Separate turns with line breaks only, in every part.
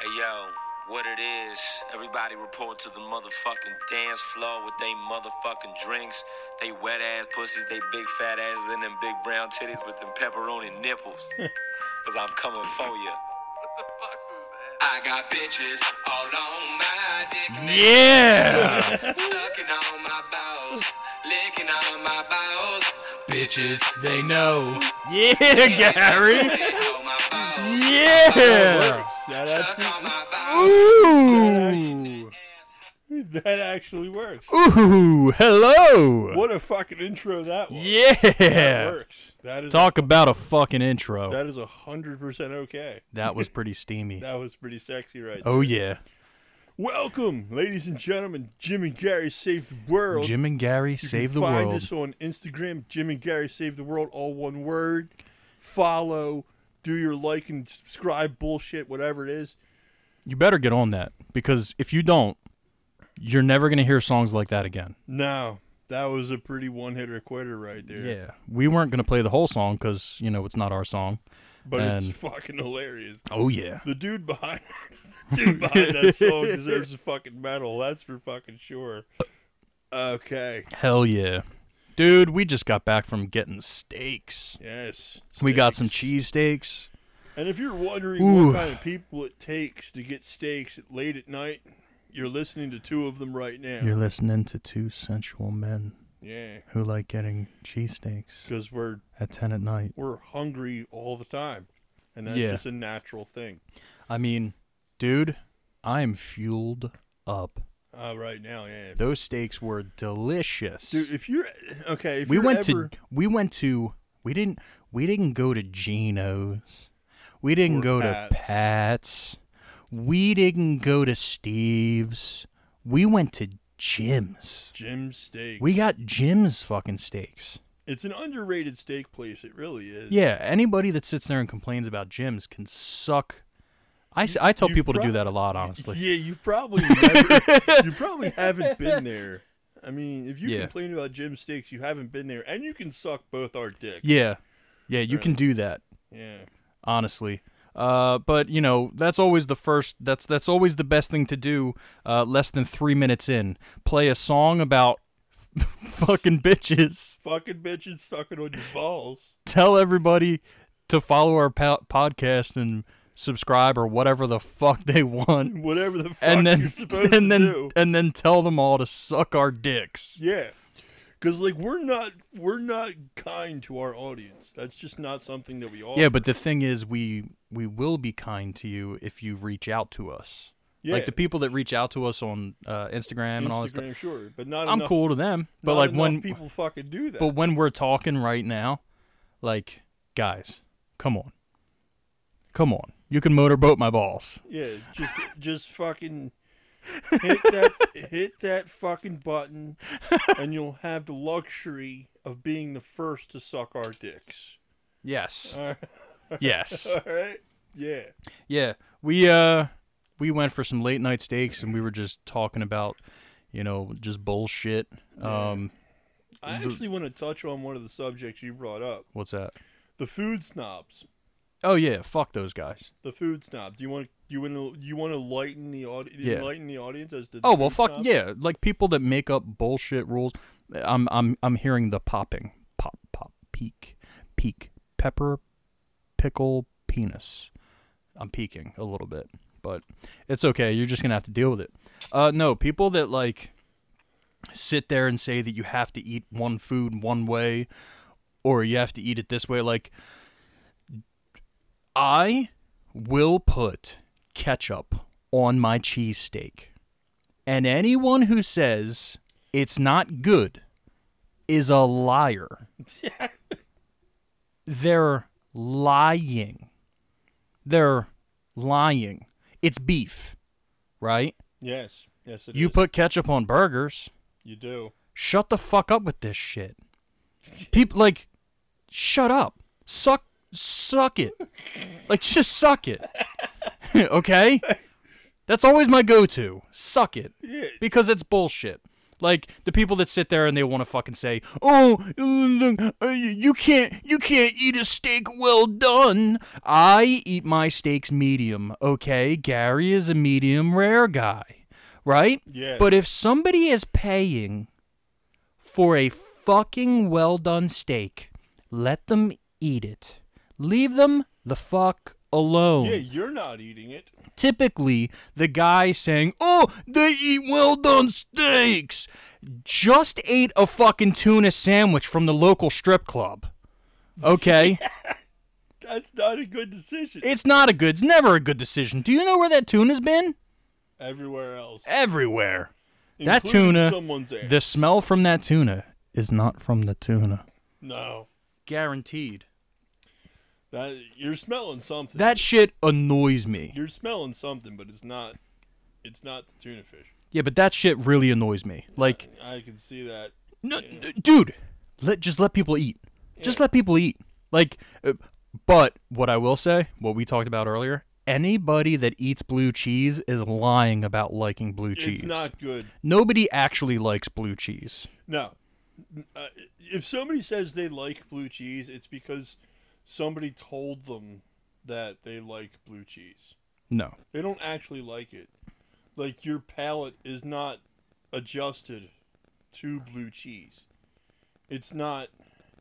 Hey yo, what it is? Everybody report to the motherfucking dance floor with they motherfucking drinks, they wet ass pussies, they big fat asses, and them big brown titties with them pepperoni nipples. Cause I'm coming for you. I got bitches all on my dick. they
Yeah.
Sucking on my bowels, licking on my bowels. Bitches, they know.
Yeah, Gary.
Lick on my bowels,
Yeah.
That
suck
actually,
on my bowels.
Ooh.
that actually works.
Ooh. Hello.
What a fucking intro that was. That
Yeah.
works. That is
Talk about a fucking intro.
that is a hundred percent okay.
That was pretty steamy.
That was pretty sexy, right?
Oh yeah.
Welcome, ladies and gentlemen. Jim and Gary save the world.
Jim and Gary
you
save
can
the
find
world.
us on Instagram. Jim and Gary save the world, all one word. Follow, do your like and subscribe bullshit, whatever it is.
You better get on that because if you don't, you're never gonna hear songs like that again.
Now that was a pretty one hitter quitter right there.
Yeah. We weren't gonna play the whole song because you know it's not our song.
But
And-
it's fucking hilarious.
Oh yeah.
The dude behind the dude behind that song deserves a fucking medal. That's for fucking sure. Okay.
Hell yeah. Dude, we just got back from getting steaks.
Yes.
We got some
steaks.
cheesesteaks.
And if you're wondering
Ooh.
what kind of people it takes to get steaks at late at night, you're listening to two of them right now.
You're listening to two sensual men
yeah.
who like getting cheesesteaks
Because we're
at 10 at night.
we're hungry all the time. And that's
Yeah.
just a natural thing.
I mean, dude, I am fueled up.
Uh, right now, yeah.
Those steaks were delicious.
Dude, if you're okay, if
we
you're
went
ever,
to we went to we didn't we didn't go to Geno's. We didn't
Or
go to
Pat's.
Pat's. We didn't go to Steve's. We went to Jim's.
Jim's Steaks.
We got Jim's fucking steaks.
it's an underrated steak place. It really is.
Yeah, anybody that sits there and complains about Jim's can suck. I, s- I tell
you
people to do
prob-
that a lot, honestly.
Yeah, you probably never, you probably haven't been there. I mean, if you
Yeah.
complain about Jim Steaks, you haven't been there, and you can suck both our dicks.
Yeah, yeah, you can do that,
Yeah,
honestly. Uh, but you know that's always the first. That's that's always the best thing to do. Uh, less than three minutes in, play a song about fucking bitches.
fucking bitches sucking on your balls.
Tell everybody to follow our po- podcast and subscribe or whatever the fuck they want.
Whatever the fuck
and
you're
then
supposed
and
to
then
do.
and then tell them all to suck our dicks.
Yeah, because like we're not we're not kind to our audience. That's just not something that we offer.
Yeah, but the thing is, we we will be kind to you if you reach out to us.
Yeah.
Like the people that reach out to us on uh, Instagram and all that stuff.
Instagram, sure, but not
I'm
enough.
cool to them, but
not
like
enough
when
people fucking do that.
but when we're talking right now, like guys, come on, come on, you can motorboat my balls.
Yeah, just just fucking hit that hit that fucking button and you'll have the luxury of being the first to suck our dicks.
Yes,
All
yes,
right? Yeah.
yeah. We uh we went for some late night steaks and we were just talking about you know just bullshit. Um,
I actually want to touch on one of the subjects you brought up.
what's that?
The food snobs.
Oh yeah, fuck those guys.
The food snobs. You want you want to you want to lighten the audience
Yeah.
lighten the audience as to the
Oh well,
food
fuck
snobs?
yeah! Like people that make up bullshit rules. I'm I'm I'm hearing the popping, pop pop, peak, peak, pepper, pickle, penis. I'm peaking a little bit, but it's okay. You're just gonna have to deal with it. Uh, no, people that like sit there and say that you have to eat one food one way, or you have to eat it this way. Like I will put ketchup on my cheesesteak. And anyone who says it's not good is a liar. They're lying. They're lying. It's beef, right?
Yes. Yes it
you
is.
put ketchup on burgers.
you do.
Shut the fuck up with this shit. People like shut up. Suck suck it. Like just suck it. okay? That's always my go-to. Suck it
Yeah.
because it's bullshit. Like the people that sit there and they want to fucking say, "Oh, mm, uh, you you can't you can't eat a steak well done." I eat my steaks medium, okay? Gary is a medium rare guy, right?
Yes.
But if somebody is paying for a fucking well done steak, let them eat it. Leave them the fuck alone
Yeah, you're not eating it.
typically the guy saying, "Oh, they eat well done steaks," just ate a fucking tuna sandwich from the local strip club. Okay,
That's not a good decision.
it's not a good, it's never a good decision. Do you know where that tuna's been?
Everywhere else,
Everywhere. That
including
tuna,
someone's ass.
The smell from that tuna is not from the tuna.
no,
Guaranteed.
that you're smelling something.
That shit annoys me.
you're smelling something, but it's not. It's not the tuna fish.
Yeah, but that shit really annoys me. Like,
I can see that.
No, n- dude, let just let people eat. Just let people eat. Like, uh, but what I will say, what we talked about earlier, anybody that eats blue cheese is lying about liking blue cheese.
It's not good.
Nobody actually likes blue cheese.
No. Uh, if somebody says they like blue cheese, it's because somebody told them that they like blue cheese.
No.
They don't actually like it. Like your palate is not adjusted to blue cheese. It's not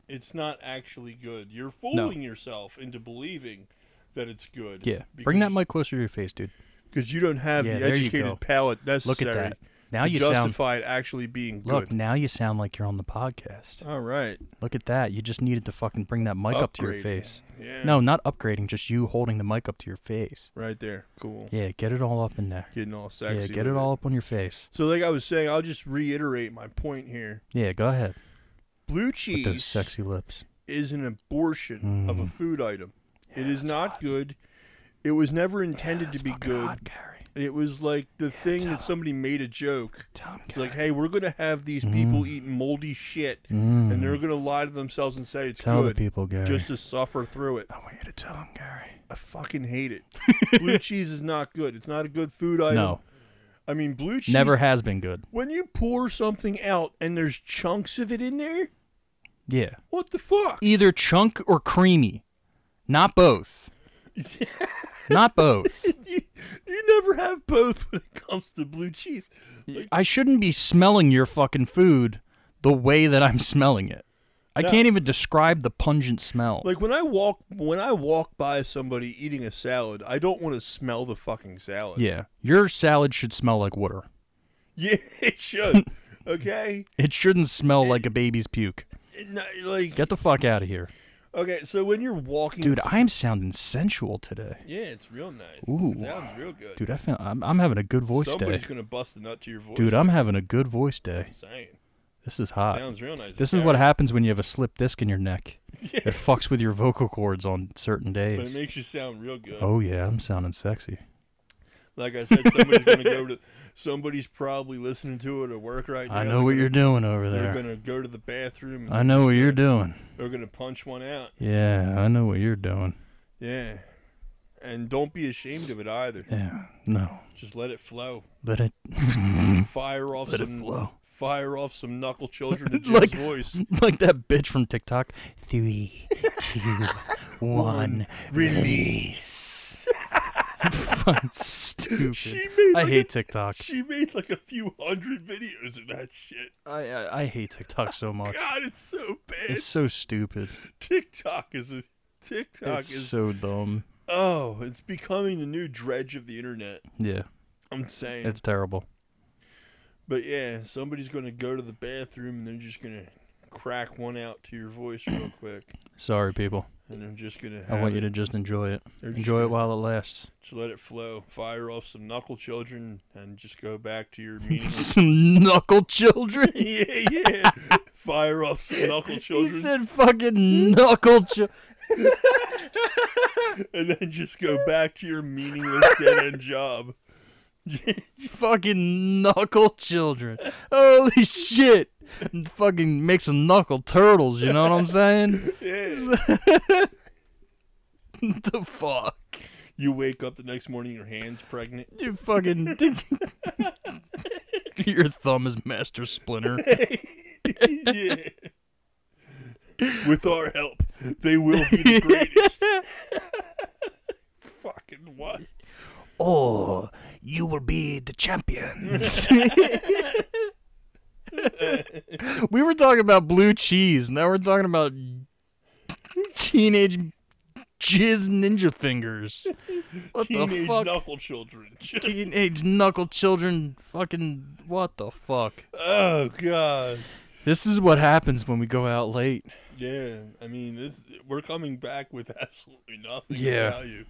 it's not actually good. You're fooling yourself into believing that it's good.
Yeah. Bring that
because-
mic closer to your face, dude.
because you don't have
Yeah,
the
there you go.
educated palate necessary
Look at that. Now
to
you sound.
justify it actually being
Look,
good.
now you sound like you're on the podcast.
All right.
Look at that. You just needed to fucking bring that mic up to your
Upgrading.
face.
Yeah.
No, not upgrading, just you holding the mic up to your face.
Right there. Cool.
Yeah, get it all up in there.
Getting all sexy.
Yeah, get
with
it all up on your face.
So, like I was saying, I'll just reiterate my point here.
Yeah, go ahead.
Blue
With those
cheese
sexy lips.
is an abortion of a
Mm.
food item. it is not good. It was never intended to be good.
God, Gary.
It was like the thing that somebody made a joke.
Tell him,
It's like, hey, we're gonna have these
Mm.
people eat moldy shit, and they're gonna lie to themselves and say it's
tell the
good,
people, Gary.
just to suffer through it.
I want you to tell him, Gary.
I fucking hate it. blue cheese is not good. It's not a good food item.
No,
I mean blue cheese.
never has been good.
When you pour something out and there's chunks of it in there,
Yeah.
what the fuck?
Either chunk or creamy. Not both. Not both.
you, you never have both when it comes to blue cheese.
I shouldn't be smelling your fucking food the way that I'm smelling it. I
No.
can't even describe the pungent smell.
Like when I walk when I walk by somebody eating a salad, I don't want to smell the fucking salad.
yeah. Your salad should smell like water.
Yeah, it should. okay?
It shouldn't smell like a baby's puke.
It not- like
Get the fuck out of here.
okay, so when you're walking
Dude,
th-
I am sounding sensual today.
Yeah, it's real nice.
Ooh.
It sounds real good.
Dude, I feel, I'm, I'm having a good voice
Somebody's
day.
going to bust a nut to your voice.
Dude, I'm having a good voice day.
I'm saying.
This is hot.
sounds real nice.
this is what happens when you have a slip disc in your neck. It fucks with your vocal cords on certain
But it
days.
makes you sound real good.
Oh yeah, I'm sounding sexy.
Like I said, somebody's gonna go to. Somebody's probably listening to it at work right now.
I know what you're doing over there.
They're gonna go to the bathroom. And
I know what you're doing.
They're gonna punch one out.
Yeah, I know what you're doing.
Yeah. And don't be ashamed of it either.
Yeah, no,
Just let it flow.
but it
Fire off
Let it
some.
flow.
Fire off some knuckle children to Jim's
Like-
voice.
like that bitch from TikTok. Three, two, one.
Release.
Fucking stupid.
She made
I
like
hate
a-
TikTok.
She made like a few hundred videos of that shit.
I, I I hate TikTok so much.
God, it's so bad.
It's so stupid.
TikTok is a TikTok
It's
is
so dumb.
oh, it's becoming the new dredge of the internet.
Yeah,
I'm saying.
it's terrible.
But yeah, somebody's going to go to the bathroom and they're just going to crack one out to your voice real quick.
Sorry, people.
And they're just going to
I want you to just enjoy it.
They're just
Enjoy it
gonna-
while it lasts.
just let it flow. Fire off some knuckle children and just go back to your meaningless.
Some knuckle children.
yeah, yeah. Fire off some knuckle
He
children
said, "Fucking knuckle children."
and then just go back to your meaningless dead end job.
fucking knuckle children. Holy shit! fucking make some knuckle turtles. You know what I'm saying?
Yeah.
the fuck.
You wake up the next morning, your hand's pregnant.
You fucking. Your thumb is Master Splinter.
yeah. With our help, they will be the greatest. Fucking what?
oh, you will be the champions. we were talking about blue cheese. Now we're talking about teenage jizz ninja fingers. What
Teenage
the fuck?
knuckle children.
Teenage knuckle children. Fucking what the fuck?
oh god.
This is what happens when we go out late.
Yeah, I mean this. We're coming back with absolutely nothing
Yeah.
of value.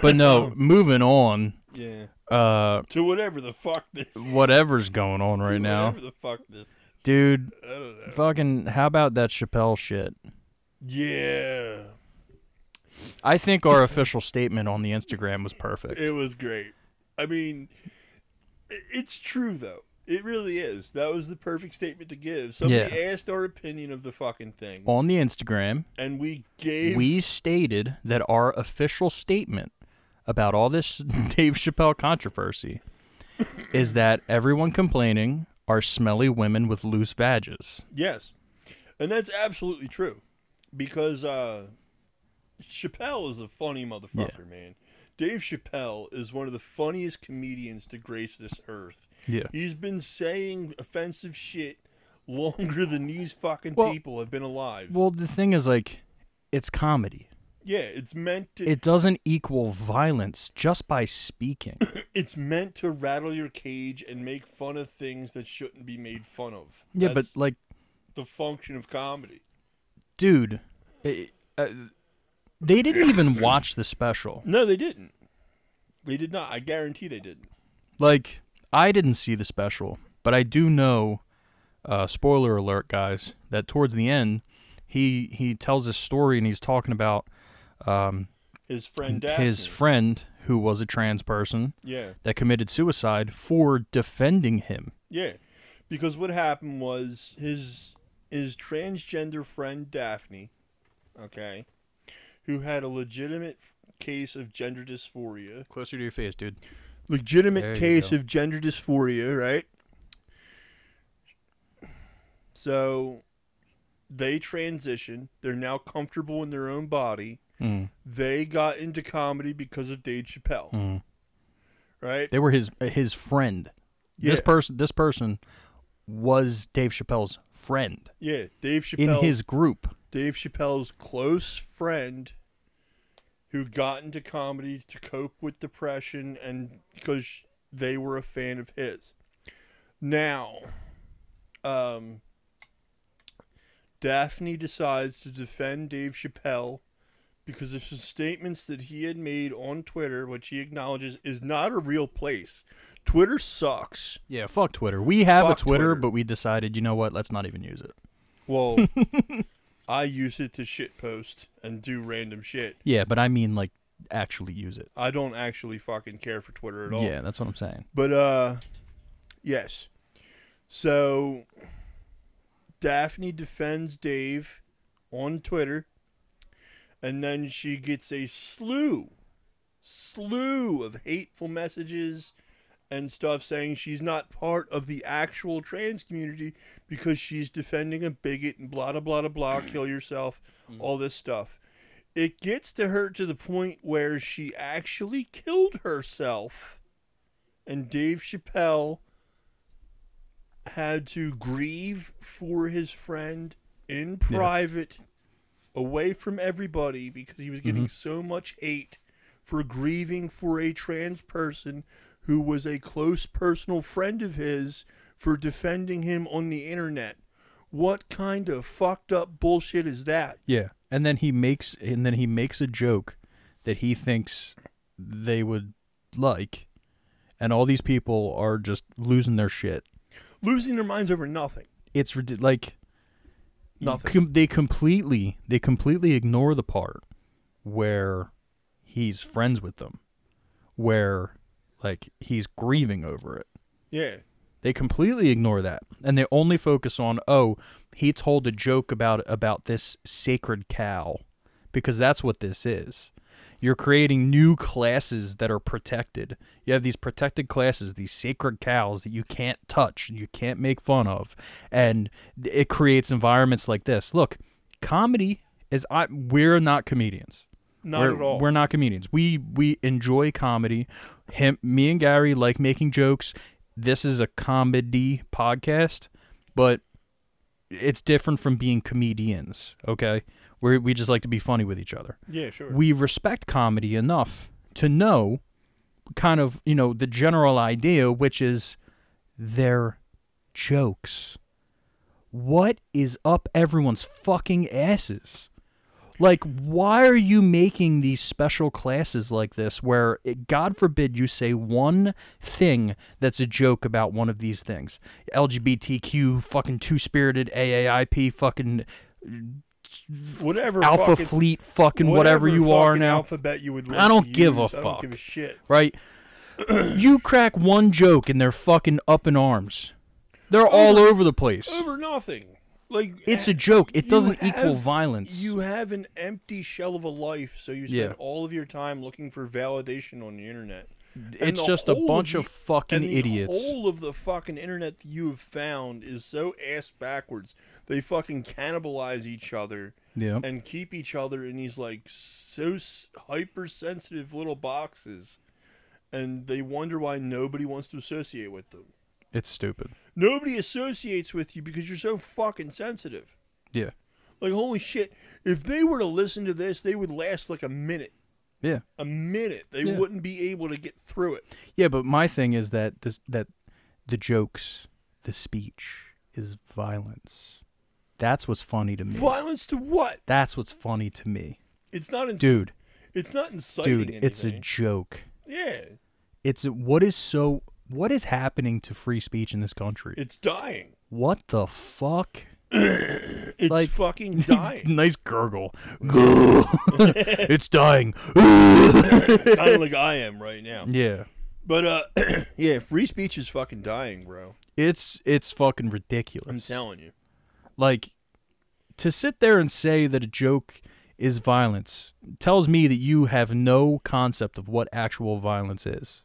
But no, moving on.
Yeah.
Uh,
To whatever the fuck this.
whatever's going on right now,
Whatever the fuck this.
dude.
I don't know.
Fucking, how about that Chappelle shit?
Yeah,
I think our official statement on the Instagram was perfect.
it was great. I mean, i- it's true though. It really is. That was the perfect statement to give. Somebody
Yeah.
asked our opinion of the fucking thing,
on the Instagram,
and we gave.
we stated that our official statement about all this Dave Chappelle controversy is that everyone complaining are smelly women with loose vages.
Yes, and that's absolutely true, because uh, Chappelle is a funny motherfucker, man. Dave Chappelle is one of the funniest comedians to grace this earth.
Yeah.
He's been saying offensive shit longer than these fucking
Well-
people have been alive.
Well, the thing is, like, it's comedy.
yeah, it's meant to
It doesn't equal violence just by speaking.
it's meant to rattle your cage and make fun of things that shouldn't be made fun of.
Yeah, but
That's
like,
the function of comedy.
dude, it, uh, they didn't even watch the special.
No, they didn't. They did not. I guarantee they didn't.
like I didn't see the special, but I do know. Uh, spoiler alert, guys! That towards the end, he he tells his story and he's talking about um,
His friend Daphne.
his friend who was a trans person
yeah.
that committed suicide for defending him.
Yeah, because what happened was his his transgender friend Daphne, okay, who had a legitimate case of gender dysphoria,
Closer to your face, dude. There
legitimate
you
case
go.
of gender dysphoria, right? So they transition. They're now comfortable in their own body.
Mm.
They got into comedy because of Dave Chappelle,
Mm.
right?
They were his his friend. This
Yeah.
person this person was Dave Chappelle's friend
Yeah, Dave
in
Chappelle
his group.
Dave Chappelle's close friend who got into comedy to cope with depression and because they were a fan of his. Now, um, Daphne decides to defend Dave Chappelle because of some statements that he had made on Twitter, which he acknowledges is not a real place. Twitter sucks.
Yeah, fuck Twitter. We have
Fuck
a Twitter,
Twitter.
but we decided, you know what? Let's not even use it.
Well, I use it to shitpost and do random shit.
Yeah, but I mean like actually use it.
I don't actually fucking care for Twitter at all.
Yeah, that's what I'm saying.
But uh yes. So Daphne defends Dave on Twitter and then she gets a slew slew of hateful messages and stuff saying she's not part of the actual trans community because she's defending a bigot and blah blah blah blah blah kill yourself all this stuff it gets to her to the point where she actually killed herself and Dave Chappelle had to grieve for his friend in private, away from everybody, because he was getting
Mm-hmm.
so much hate for grieving for a trans person who was a close personal friend of his for defending him on the internet. What kind of fucked up bullshit is that?
Yeah. And then he makes and then he makes a joke that he thinks they would like and all these people are just losing their shit.
Losing their minds over nothing.
It's rid- like you
Nothing.
com- they completely they completely ignore the part where he's friends with them, where like he's grieving over it.
Yeah.
They completely ignore that, and they only focus on oh, he told a joke about about this sacred cow, because that's what this is. You're creating new classes that are protected. You have these protected classes, these sacred cows that you can't touch, you can't make fun of, and it creates environments like this. Look, comedy is I we're not comedians.
Not
we're,
at all.
We're not comedians. We we enjoy comedy. Him, me, and Gary like making jokes. This is a comedy podcast, but it's different from being comedians. Okay, we we just like to be funny with each other.
yeah, sure.
We respect comedy enough to know, kind of you know the general idea, which is they're jokes. What is up everyone's fucking asses? Like, why are you making these special classes like this where, it, God forbid, you say one thing that's a joke about one of these things? LGBTQ, fucking two spirited, AAIP, fucking
whatever
Alpha
fucking,
Fleet, fucking whatever, you
fucking
are now,
Alphabet you would. Like
I don't
to
give a
use, I don't
fuck.
give a shit.
right? you crack one joke and they're fucking up in arms. They're all over the place.
Over nothing. Like
It's
ha-
a joke. It
you
doesn't equal
have-
violence.
You have an empty shell of a life, so you spend
Yeah.
all of your time looking for validation on the internet. And
It's
the
just a
whole
bunch
the-
of fucking
and the
idiots.
whole of the fucking internet that you have found is so ass backwards. They fucking cannibalize each other.
Yeah.
and keep each other in these like so s- hypersensitive little boxes and they wonder why nobody wants to associate with them
It's stupid.
nobody associates with you because you're so fucking sensitive
Yeah.
like holy shit if they were to listen to this they would last like a minute
Yeah.
a minute they
Yeah.
wouldn't be able to get through it
Yeah, but my thing is that this that the jokes, the speech is violence. That's what's funny to me.
violence to what
That's what's funny to me.
it's not in-
Dude,
it's not inciting
dude, it's a
anything.
joke.
yeah
It's a, what is so what is happening to free speech in this country?
it's dying
What the fuck?
it's
Like-
fucking dying
nice gurgle. Gurgle. it's dying.
i'm like i am right now
yeah.
But uh, yeah, free speech is fucking dying, bro.
It's it's fucking
I'm
ridiculous.
telling you.
like to sit there and say that a joke is violence tells me that you have no concept of what actual violence is.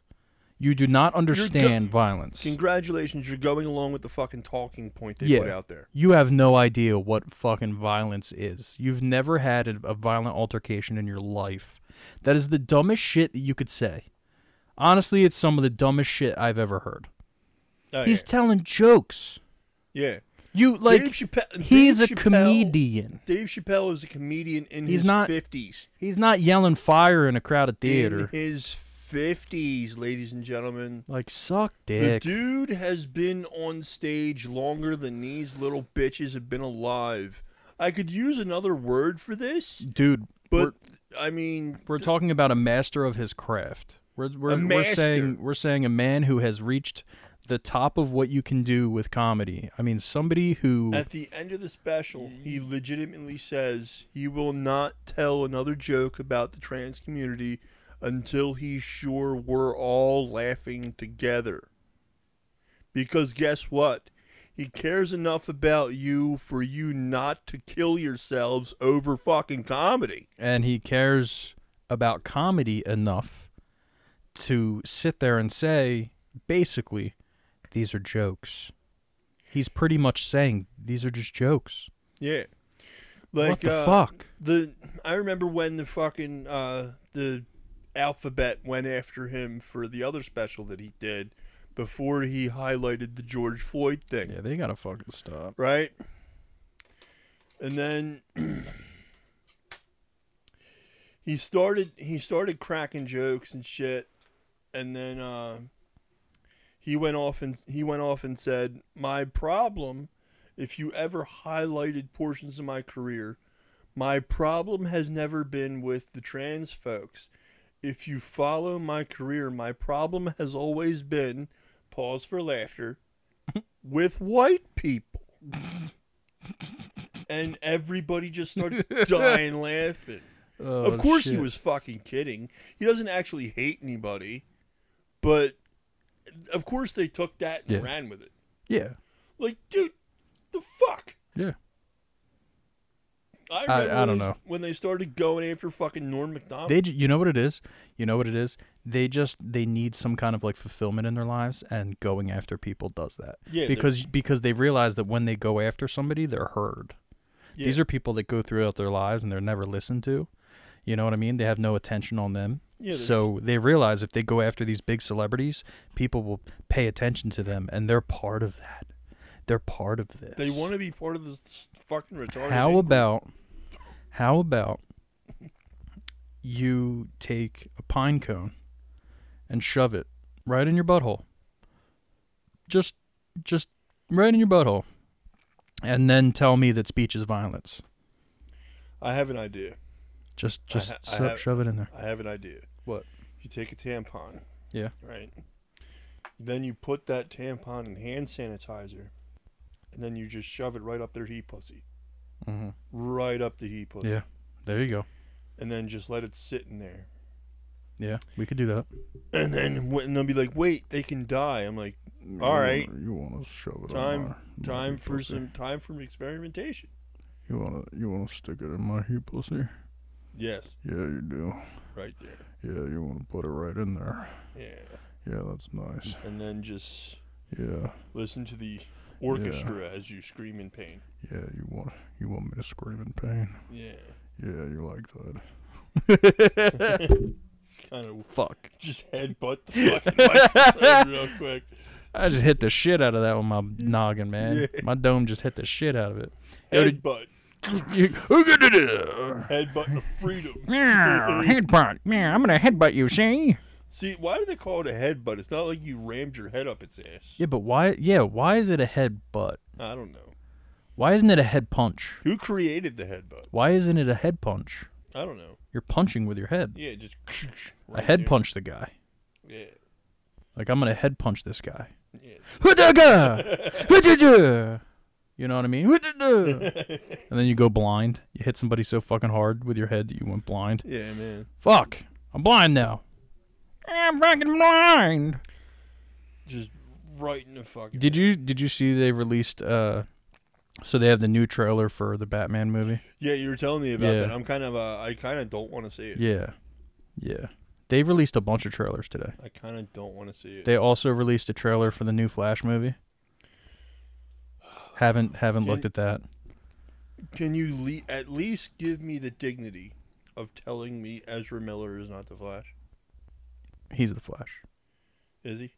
You do not understand violence.
Congratulations, you're going along with the fucking talking point they put out there.
You have no idea what fucking violence is. You've never had a, a violent altercation in your life. That is the dumbest shit that you could say. Honestly, it's some of the dumbest shit I've ever heard.
Oh,
He's telling jokes.
yeah. yeah.
You like
Dave Chappelle-
he's
Dave
a
Chappelle-
comedian.
Dave Chappelle is a comedian in
He's
his
not-
50s.
He's not yelling fire in a crowded
In
theater.
his 50s, ladies and gentlemen.
Like suck
The
dick.
dude has been on stage longer than these little bitches have been alive. I could use another word for this,
Dude,
but I mean,
we're, we're talking about a master of his craft. We're we're, we're
master.
saying we're saying a man who has reached the top of what you can do with comedy. I mean, somebody who
At the end of the special, he legitimately says he will not tell another joke about the trans community until he's sure we're all laughing together. Because guess what? He cares enough about you for you not to kill yourselves over fucking comedy.
and he cares about comedy enough to sit there and say basically these are jokes. He's pretty much saying these are just jokes.
Yeah. Like
what the
uh,
fuck?
the I remember when the fucking uh the alphabet went after him for the other special that he did before he highlighted the George Floyd thing,
Yeah, they got to fucking stop.
right? And then he started he started cracking jokes and shit and then uh he went off and he went off and said, "My problem, if you ever highlighted portions of my career, my problem has never been with the trans folks. If you follow my career, my problem has always been pause for laughter with white people." and everybody just starts dying laughing.
Oh,
Of course he
shit.
was fucking kidding. He doesn't actually hate anybody, but of course they took that and
Yeah.
ran with it.
Yeah.
Like, dude, the fuck?
Yeah.
I,
I-
read
I
when
don't
they-
know.
when they started going after fucking Norm Macdonald.
They, ju- you know what it is. You know what it is. They just they need some kind of like fulfillment in their lives, and going after people does that.
Yeah, they-
Because because they realize that when they go after somebody, they're heard.
Yeah.
These are people that go throughout their lives and they're never listened to. You know what I mean? They have no attention on them.
Yeah, there's-
so they realize if they go after these big celebrities, people will pay attention to them, and they're part of that. They're part of this.
They want to be part of this fucking retarded.
How
man group.
about how about you take a pine cone and shove it right in your butthole? Just just right in your butthole. And then tell me that speech is violence.
I have an idea.
Just just
ha- I
so-
have-
shove it in there.
I have an idea.
What?
You take a tampon,
Yeah.
right? Then you put that tampon in hand sanitizer, and then you just shove it right up their heat pussy,
hmm
right up the heat pussy,
Yeah. There you go.
and then just let it sit in there.
Yeah, we could do that.
And then w- and they'll be like, "Wait, they can die." I'm like,
Mm-hmm.
"All right,
You want to shove it
time,
Mm-hmm.
time for some time for experimentation."
You want to you want to stick it in my heat pussy?
Yes,
Yeah, you do.
right there.
Yeah, you want to put it right in there.
Yeah,
Yeah, that's nice.
and then just
Yeah,
listen to the orchestra as you scream in pain.
yeah. You want you want me to scream in pain?
Yeah,
Yeah, you like that.
it's kind of
Fuck!
just headbutt the fucking microphone real quick.
I just hit the shit out of that with my noggin, man. My dome just hit the shit out of it. Yo, did-
Headbutt,
you-
headbutt of freedom.
Meow, headbutt. Meow, I'm gonna headbutt you, see?
See, why do they call it a headbutt? It's not like you rammed your head up its ass.
Yeah, but why? Yeah, why is it a headbutt?
I don't know
Why isn't it a head punch?
who created the headbutt.
Why isn't it a head punch?
I don't know.
You're punching with your head.
Yeah, just
I
right
head
there.
punch the guy.
Yeah,
Like I'm gonna head punch this guy.
yeah.
Hudaga! Hudaga! You know what I mean? Hudaga! and then you go blind. You hit somebody so fucking hard with your head that you went blind.
Yeah, man.
Fuck! I'm blind now. I'm fucking blind.
Just right in the fucking.
Did you did you see they released uh so they have the new trailer for the Batman movie?
Yeah, you were telling me about
Yeah.
that. I'm kind of. Uh, I kind of don't want to see it.
Yeah. Yeah. They released a bunch of trailers today.
I kind of don't want to see it.
They also released a trailer for the new Flash movie. Haven't haven't looked at that.
Can you le- at least give me the dignity of telling me Ezra Miller is not the Flash?
He's the Flash.
Is he?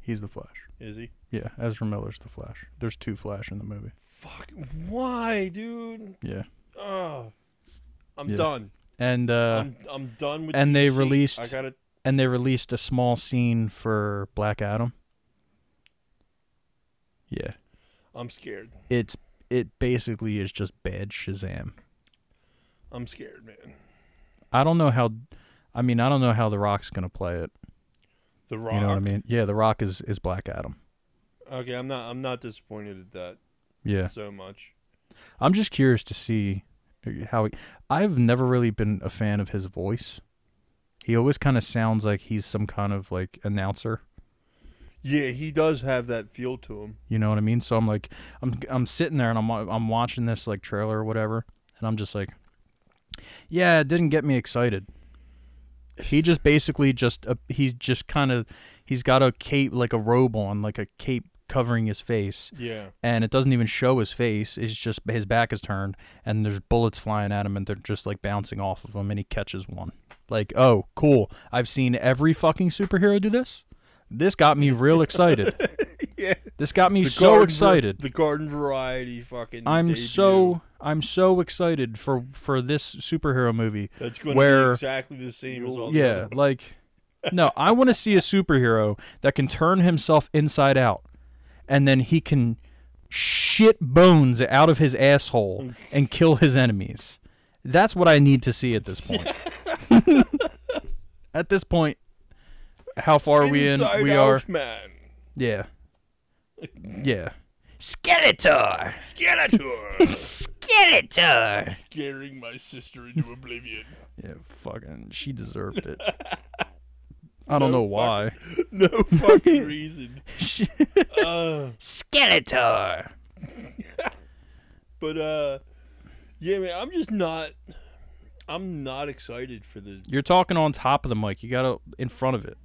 He's the Flash.
Is he?
Yeah, Ezra Miller's the Flash. There's two Flash in the movie.
Fuck. Why, dude?
Yeah,
Oh, I'm
Yeah.
done.
and uh,
I'm, I'm done with.
and they
DC.
released-
I got to
and they released a small scene for Black Adam. Yeah,
I'm scared.
it's it basically is just bad Shazam.
I'm scared, man.
I don't know how, I mean, I don't know how The Rock's gonna play it.
The Rock.
You know what I mean? Yeah, The Rock is is Black Adam.
Okay, I'm not. I'm not disappointed at that
Yeah,
so much.
I'm just curious to see uh, how he. I've never really been a fan of his voice. He always kind of sounds like he's some kind of like announcer.
Yeah, he does have that feel to him.
You know what I mean? So I'm like, I'm I'm sitting there and I'm I'm watching this like trailer or whatever, and I'm just like, yeah, it didn't get me excited. He just basically just uh, he's just kind of he's got a cape like a robe on like a cape covering his face
Yeah.
and it doesn't even show his face it's just his back is turned and there's bullets flying at him and they're just like bouncing off of him and he catches one like oh cool i've seen every fucking superhero do this this got me real excited
Yeah.
this got me
The
so
garden var-
excited
the garden variety fucking.
I'm
debut.
so I'm so excited for for this superhero movie.
That's going to be
where-
exactly the same as all. the
yeah,
other-
like no, I want to see a superhero that can turn himself inside out, and then he can shit bones out of his asshole and kill his enemies. That's what I need to see at this point. at this point, how far are we in?
Inside
We are
Out, man.
yeah, yeah. Skeletor,
Skeletor
Skeletor.
scaring my sister into oblivion.
Yeah, fucking, she deserved it. I don't know why.
No fucking reason.
She-
Uh,
Skeletor.
but uh, Yeah, man, I'm just not. I'm not excited for the.
You're talking on top of the mic. You got to in front of it.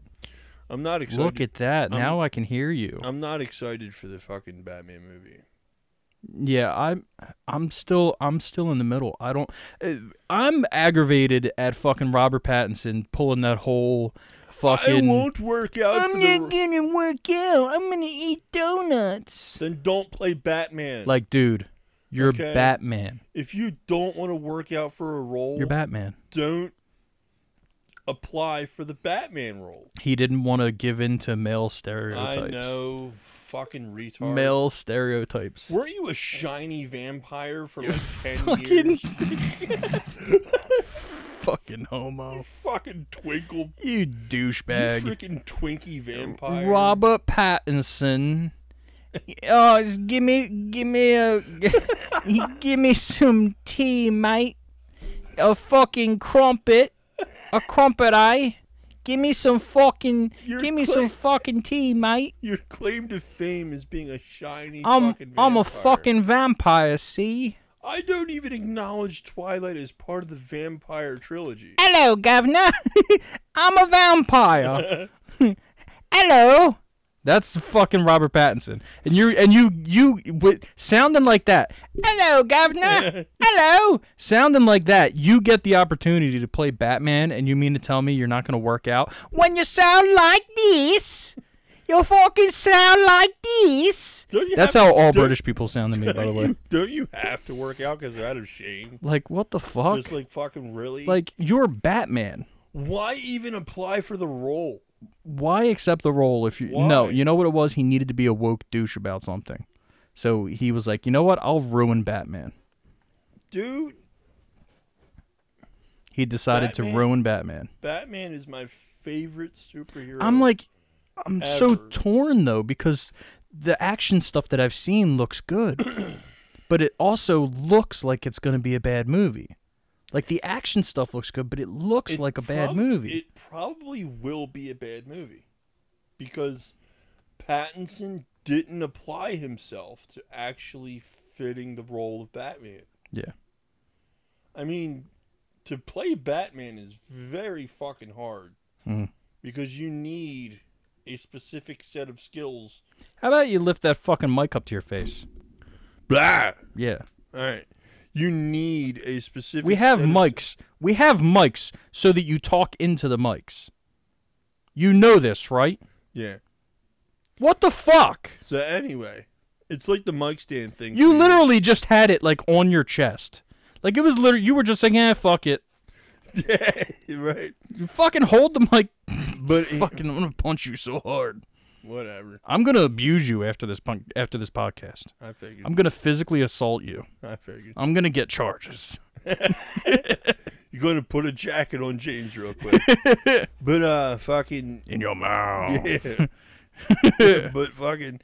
I'm not excited.
Look at that.
I'm-
now I can hear you.
I'm not excited for the fucking Batman movie.
yeah, I'm I'm still I'm still in the middle. I don't uh, I'm aggravated at fucking Robert Pattinson pulling that whole
it
fucking
won't work out. for the...
gonna work out. I'm gonna eat donuts.
Then don't play Batman.
Like, dude, you're
Okay.
Batman.
if you don't want to work out for a role,
You're Batman.
don't apply for the Batman role.
He didn't want to give in to male
I
stereotypes.
know, fucking retard.
Male stereotypes.
Were you a shiny vampire for like ten
Fucking
years?
fucking homo.
Fucking twinkle,
You
you
douchebag.
freaking twinkie vampire.
Robert Pattinson. Oh, just give me, give me a, give me some tea, mate. A fucking crumpet, a crumpet eye. Give me some fucking,
You're
give me some
cla-
fucking tea, mate.
Your claim to fame is being a shiny
I'm,
fucking vampire.
I'm a fucking vampire. See.
I don't even acknowledge Twilight as part of the vampire trilogy.
Hello, governor. I'm a vampire. Hello. That's fucking Robert Pattinson, and you and you you with sounding like that. Hello, governor. Hello. Sounding like that, you get the opportunity to play Batman, and you mean to tell me you're not gonna work out when you sound like this? You fucking sound like this.
Don't you
That's
have-
how all
don't-
British people sound to me, by the way.
Don't you have to work out because they're out of shame?
Like what the fuck?
Just like fucking really.
Like you're Batman.
why even apply for the role?
why accept the role if you no
Why?
you know what it was he needed to be a woke douche about something so he was like you know what i'll ruin batman
Dude,
he decided
Batman?
to ruin batman
Batman is my favorite superhero.
i'm like i'm so
Ever.
torn though because the action stuff that i've seen looks good but it also looks like it's going to be a bad movie like the action stuff looks good but it looks
It
like a bad
prob-
movie
It probably will be a bad movie because Pattinson didn't apply himself to actually fitting the role of Batman.
yeah
I mean, to play Batman is very fucking hard
Mhm.
because you need a specific set of skills.
how about you lift that fucking mic up to your face
Blah.
yeah
All right. You need a specific.
We have
set of-
mics. We have mics so that you talk into the mics. You know this, right?
Yeah.
What the fuck?
So anyway, it's like the mic stand thing.
You
for
literally just had it like on your chest. Like it was literally you were just saying, "Yeah, fuck it."
Yeah. Right.
You fucking hold the mic.
But he-
Fucking, I'm gonna punch you so hard.
whatever.
I'm gonna abuse you after this punk, after this podcast.
I figured.
I'm gonna physically assault you.
I figured.
I'm gonna get charges.
You're gonna put a jacket on James real quick. but uh, fucking
In your mouth.
yeah. but fucking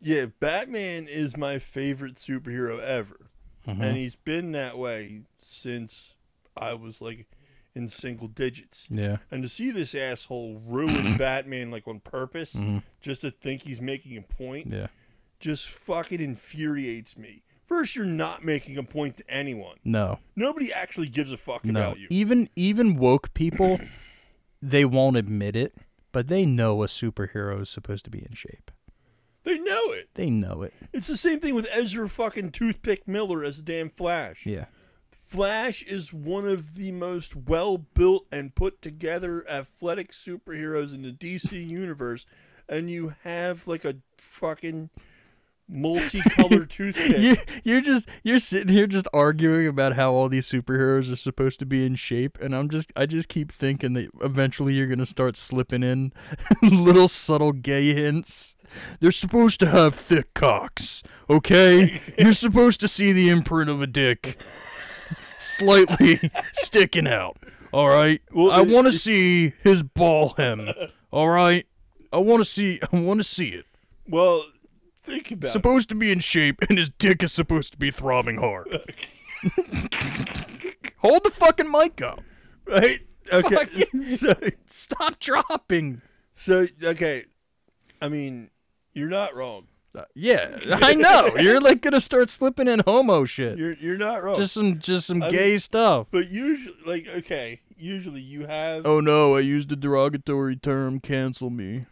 yeah, Batman is my favorite superhero ever,
Mm-hmm.
and he's been that way since I was like in single digits.
Yeah.
And to see this asshole ruin Batman like on purpose, just to think he's making a point,
Mm-hmm. Yeah.
just fucking infuriates me. First, you're not making a point to anyone.
No.
Nobody actually gives a fuck
No,
about you.
even even woke people, they won't admit it, but they know a superhero is supposed to be in shape.
They know it.
They know it.
It's the same thing with Ezra fucking Toothpick Miller as the damn Flash.
Yeah,
Flash is one of the most well built and put together athletic superheroes in the DC universe, and you have like a fucking multicolored toothpick.
you you're just you're sitting here just arguing about how all these superheroes are supposed to be in shape, and I'm just I just keep thinking that eventually you're gonna start slipping in little subtle gay hints. They're supposed to have thick cocks, okay? You're supposed to see the imprint of a dick slightly sticking out. All right.
Well,
I
it-
want to see his ball hem. All right. I want to see. I want to see it.
Well, think about it.
Supposed to be in shape, and his dick is supposed to be throbbing hard. Hold the fucking mic up.
Right? Okay.
Fucking-
so,
Stop dropping.
so, okay. I mean, you're not wrong.
Uh, yeah, I know. You're like gonna start slipping in homo shit.
You're you're not wrong.
just some just some
I
gay
mean-
stuff.
but usually, like, okay, usually you have.
Oh no, I used a derogatory term. Cancel me.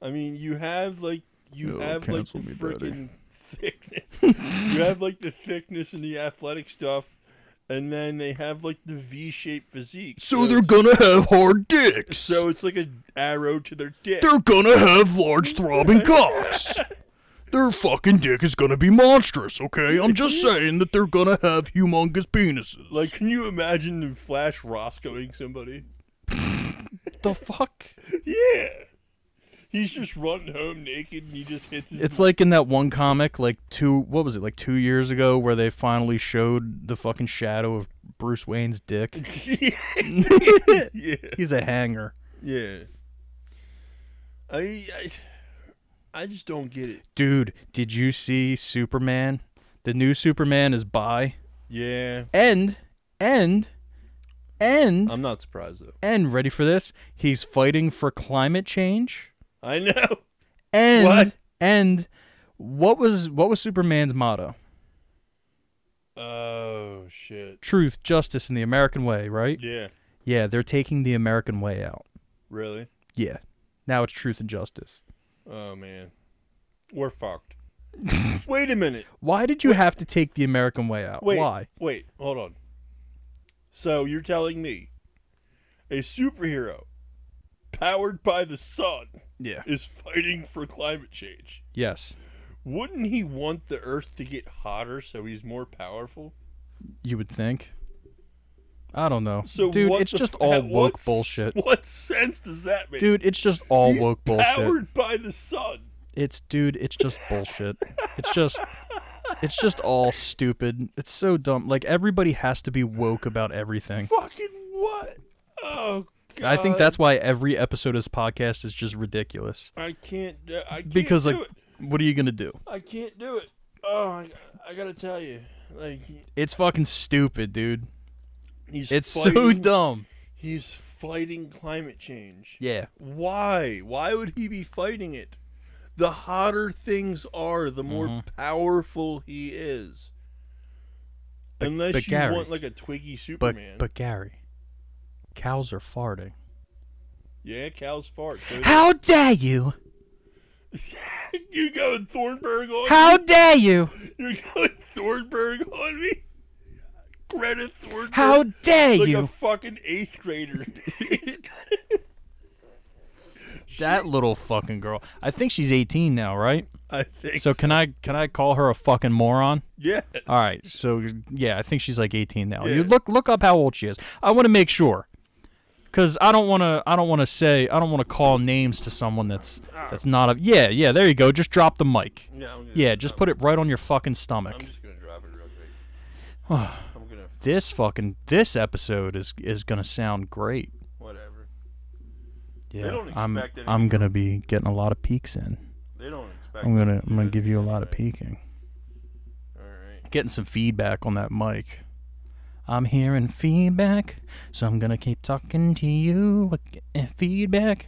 I mean, you have like you
Yo,
have like
cancel
the
me, daddy.
freaking thickness. you have like the thickness and the athletic stuff, and then they have like the V-shaped physique. it's-
gonna have hard dicks.
so it's like an arrow to their dick.
They're gonna have large throbbing cocks. Their fucking dick is gonna be monstrous, okay? I'm just saying that they're gonna have humongous penises.
Like, can you imagine them Flash Roscoeing somebody?
the fuck?
Yeah. He's just running home naked and he just hits his.
It's like in that one comic, like two, what was it, like two years ago, where they finally showed the fucking shadow of Bruce Wayne's dick.
yeah.
He's a hanger.
Yeah. I, I I just don't get it.
Dude, did you see Superman? The new Superman is bi.
Yeah.
And, and, and,
I'm not surprised though.
and, ready for this? He's fighting for climate change.
I know.
And
What?
and what was what was Superman's motto?
Oh shit.
Truth, justice, and the American way, right?
Yeah.
Yeah, they're taking the American way out.
Really?
Yeah. Now it's truth and justice.
Oh man. We're fucked. Wait a minute.
Why did you have to take the American way out?
Wait.
Why?
Wait, hold on. So you're telling me a superhero powered by the sun
Yeah.
is fighting for climate change.
Yes.
Wouldn't he want the earth to get hotter so he's more powerful?
You would think. I don't know.
So
Dude,
what
it's
the
just
f-
all
what
woke
s-
bullshit.
What sense does that make?
Dude, it's just all
he's
woke bullshit.
powered by the sun.
It's dude, it's just bullshit. It's just it's just all stupid. It's so dumb. Like everybody has to be woke about everything.
Fucking what? Oh god.
I think that's why every episode of this podcast is just ridiculous.
I can't. do- I can't
Because
do
like,
it.
what are you gonna do?
I can't do it. Oh, I, I gotta tell you, like
It's fucking stupid, dude.
he's
It's so
fighting-
dumb.
He's fighting climate change.
Yeah,
Why? Why would he be fighting it? The hotter things are, the more
Mm-hmm.
powerful he is. Unless
but
you
Gary-
want like a twiggy
but
Superman.
but Gary, cows are farting.
yeah, cows fart. so-
How dare you?
you going Thornburg on
How dare you?
me? You're going Thornburg on me? Greta Thornburg.
How dare
like a
you?
fucking eighth grader.
That little fucking girl. I think she's 18 now, right?
I think
So can I can I call her a fucking moron?
Yeah.
All right. So yeah, I think she's like 18 now.
Yeah.
You look look up how old she is. I want to make sure. Cuz I don't want to I don't want to say I don't want to call names to someone that's that's not a Yeah, yeah, there you go. Just drop the mic.
Yeah, I'm gonna,
Yeah, just put it right on your fucking stomach.
I'm just gonna drop it real quick. I'm gonna
This fucking this episode is is going to sound great.
whatever.
Yeah.
don't
I'm
expect anything
I'm going to be getting a lot of peaks in.
They don't expect.
I'm going
us
to
do
I'm going
that
to give you a lot of
anyway.
peaking.
All right.
Getting some feedback on that mic. I'm hearing feedback, so I'm gonna keep talking to you. again. Feedback.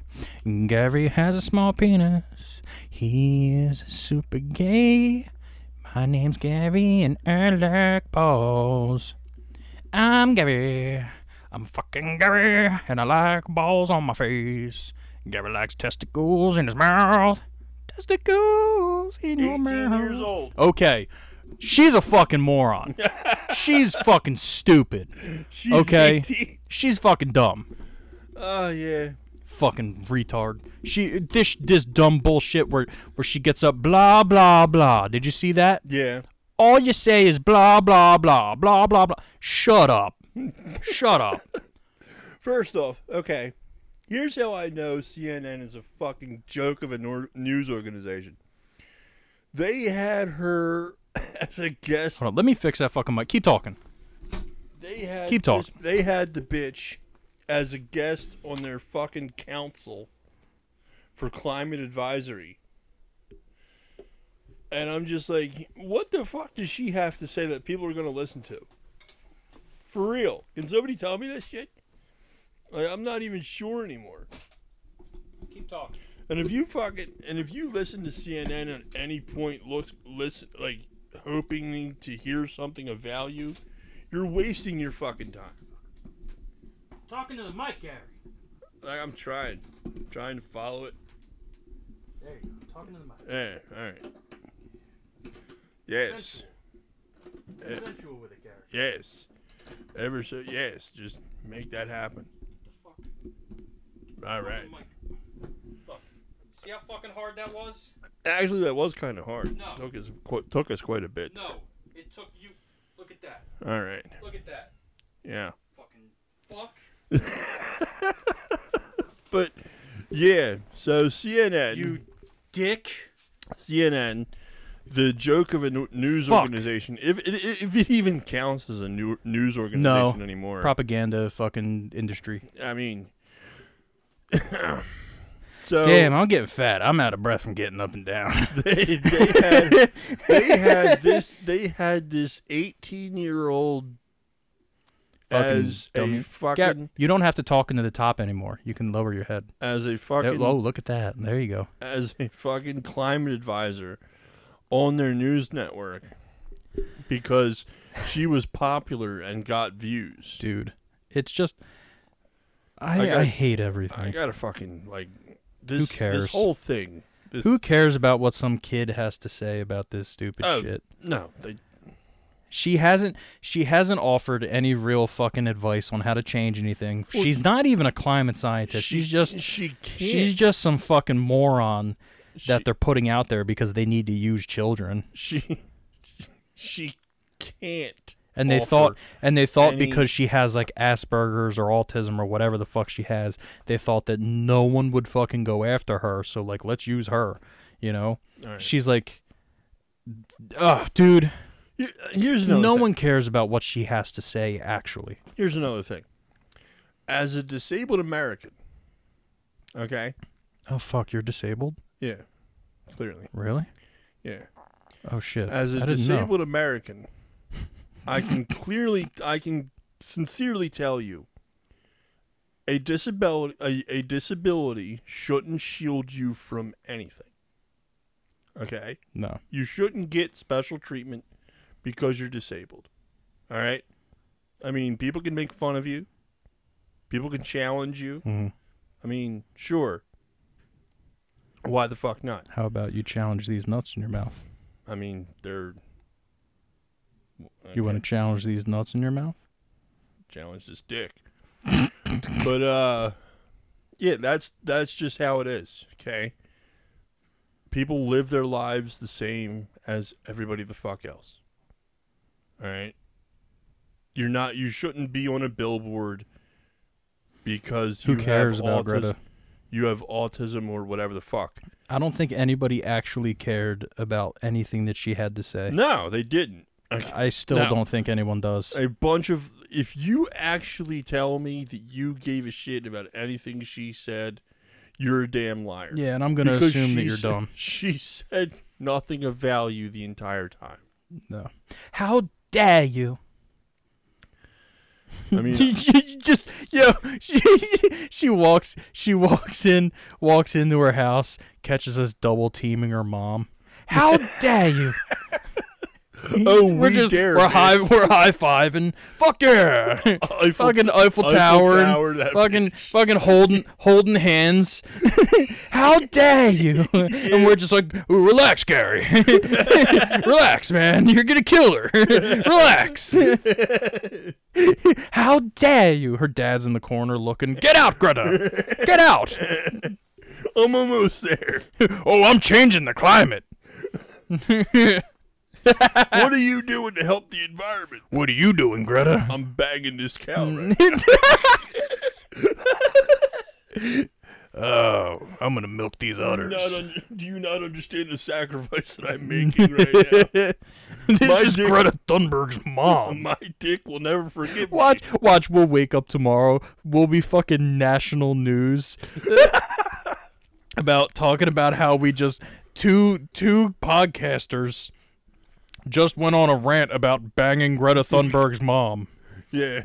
Gary has a small penis. He is super gay. My name's Gary and Erlich Balls. I'm Gary. I'm fucking Gary, and I like balls on my face. Gary likes testicles in his mouth. Testicles in your
18
mouth.
years old.
Okay. She's a fucking moron. She's fucking stupid.
She's
Okay.
18.
She's fucking dumb.
Oh yeah.
Fucking retard. She this this dumb bullshit where where she gets up blah blah blah. Did you see that?
Yeah.
All you say is blah blah blah blah blah blah. Shut up. Shut up.
First off, okay. Here's how I know CNN is a fucking joke of a nor- news organization. They had her as a guest.
Hold on, let me fix that fucking mic. Keep talking.
They had
Keep talking.
this- they had the bitch as a guest on their fucking council for climate advisory. And I'm just like, what the fuck does she have to say that people are going to listen to? For real. Can somebody tell me that shit? Like, I'm not even sure anymore.
Keep talking.
And if you fucking and if you listen to CNN at any point, looks listen like hoping to hear something of value, you're wasting your fucking time.
Talking to the mic, Gary.
Like I'm trying, I'm trying to follow it.
There you go. Talking to the mic.
Yeah, all right. Yes,
Sensual. Sensual with it, Gary.
yes. Ever so yes, just make that happen.
Fuck.
All right.
Mic. Look. See how fucking hard that was?
Actually, that was kind of hard.
No.
Took us qu- took us quite a bit.
No. It took you. Look at that.
All right.
Look at that.
Yeah.
Fucking fuck.
But yeah, so CNN,
You dick.
CNN, the joke of a nu- news
Fuck.
organization, if it, i- if it even counts as a new- news
No
organization anymore.
propaganda fucking industry.
I mean, so
Damn, I'm getting fat. I'm out of breath from getting up and down.
they, they had they had this they had this eighteen year old
Fucking
as
dummy.
a fucking
Gar- you don't have to talk into the top anymore. You can lower your head.
as a
There-
fucking
oh, look at that. There you go.
as a fucking climate advisor on their news network because she was popular and got views.
Dude, it's just. I,
I
I,
got-
hate
I
everything.
gotta fucking like this.
cares?
This whole thing. This,
Who cares about what some kid has to say about this stupid
Oh.
shit?
No, they,
She hasn't she hasn't offered any real fucking advice on how to change anything.
Well,
she's not even a climate scientist.
she,
She's just
she can't.
she's just some fucking moron that
She-
they're putting out there because they need to use children.
she she can't.
And they
offer-
thought and they thought
any-
because she has like Asperger's or autism or whatever the fuck she has, they thought that no one would fucking go after her, so like let's use her, you know.
Alright.
She's like Ugh, dude,
Here- Here's another
no
thing.
one cares about what she has to say actually.
Here's another thing. As a disabled American, okay,
Oh fuck, you're disabled?
yeah, clearly,
Really?
yeah.
Oh shit.
As
I
a
didn't know.
disabled American, I can clearly, I can sincerely tell you, a disability, a, a disability shouldn't shield you from anything. Okay,
No.
you shouldn't get special treatment because you're disabled. All right, I mean, people can make fun of you, people can challenge you.
Mhm.
I mean, sure. Why the fuck not?
How about you challenge these nuts in your mouth?
I mean, they're.
You want to challenge these nuts in your mouth?
challenge this dick. but uh yeah, that's that's just how it is, okay? People live their lives the same as everybody the fuck else. All right? You're not you shouldn't be on a billboard because
Who
you
cares
have
about
autis-
Greta?
You have autism or whatever the fuck.
I don't think anybody actually cared about anything that she had to say.
No, they didn't. Okay.
I still
No.
don't think anyone does.
a bunch of if you actually tell me that you gave a shit about anything she said you're a damn liar
yeah, and I'm going to
Because
assume that
she
you're
said-
dumb.
she said nothing of value the entire time
No. How dare you?
i
She-
mean
she she just yo she she walks she walks in walks into her house catches us double teaming her mom. How dare you?
Oh,
we're
we
just
dare,
we're
man.
high we're high fiving. Fuck yeah!
Eiffel-
fucking Eiffel
Eiffel
Tower,
Tower, that
fucking fucking holding holding hands. How dare you? And we're just like, "Ooh, relax, Gary. relax, man. You're gonna kill her. relax. How dare you? Her dad's in the corner looking. Get out, Greta. Get out.
i'm almost there
oh, I'm changing the climate.
what are you doing to help the environment
What are you doing, Greta?
i'm bagging this cow right
Oh, I'm gonna milk these
now.
udders.
Not un- do you not understand the sacrifice that i'm making right now
this
My
is
dick-
Greta Thunberg's mom.
my dick will never forgive me.
Watch, watch. We'll wake up tomorrow. We'll be fucking national news about talking about how we just two two podcasters just went on a rant about banging Greta Thunberg's mom.
yeah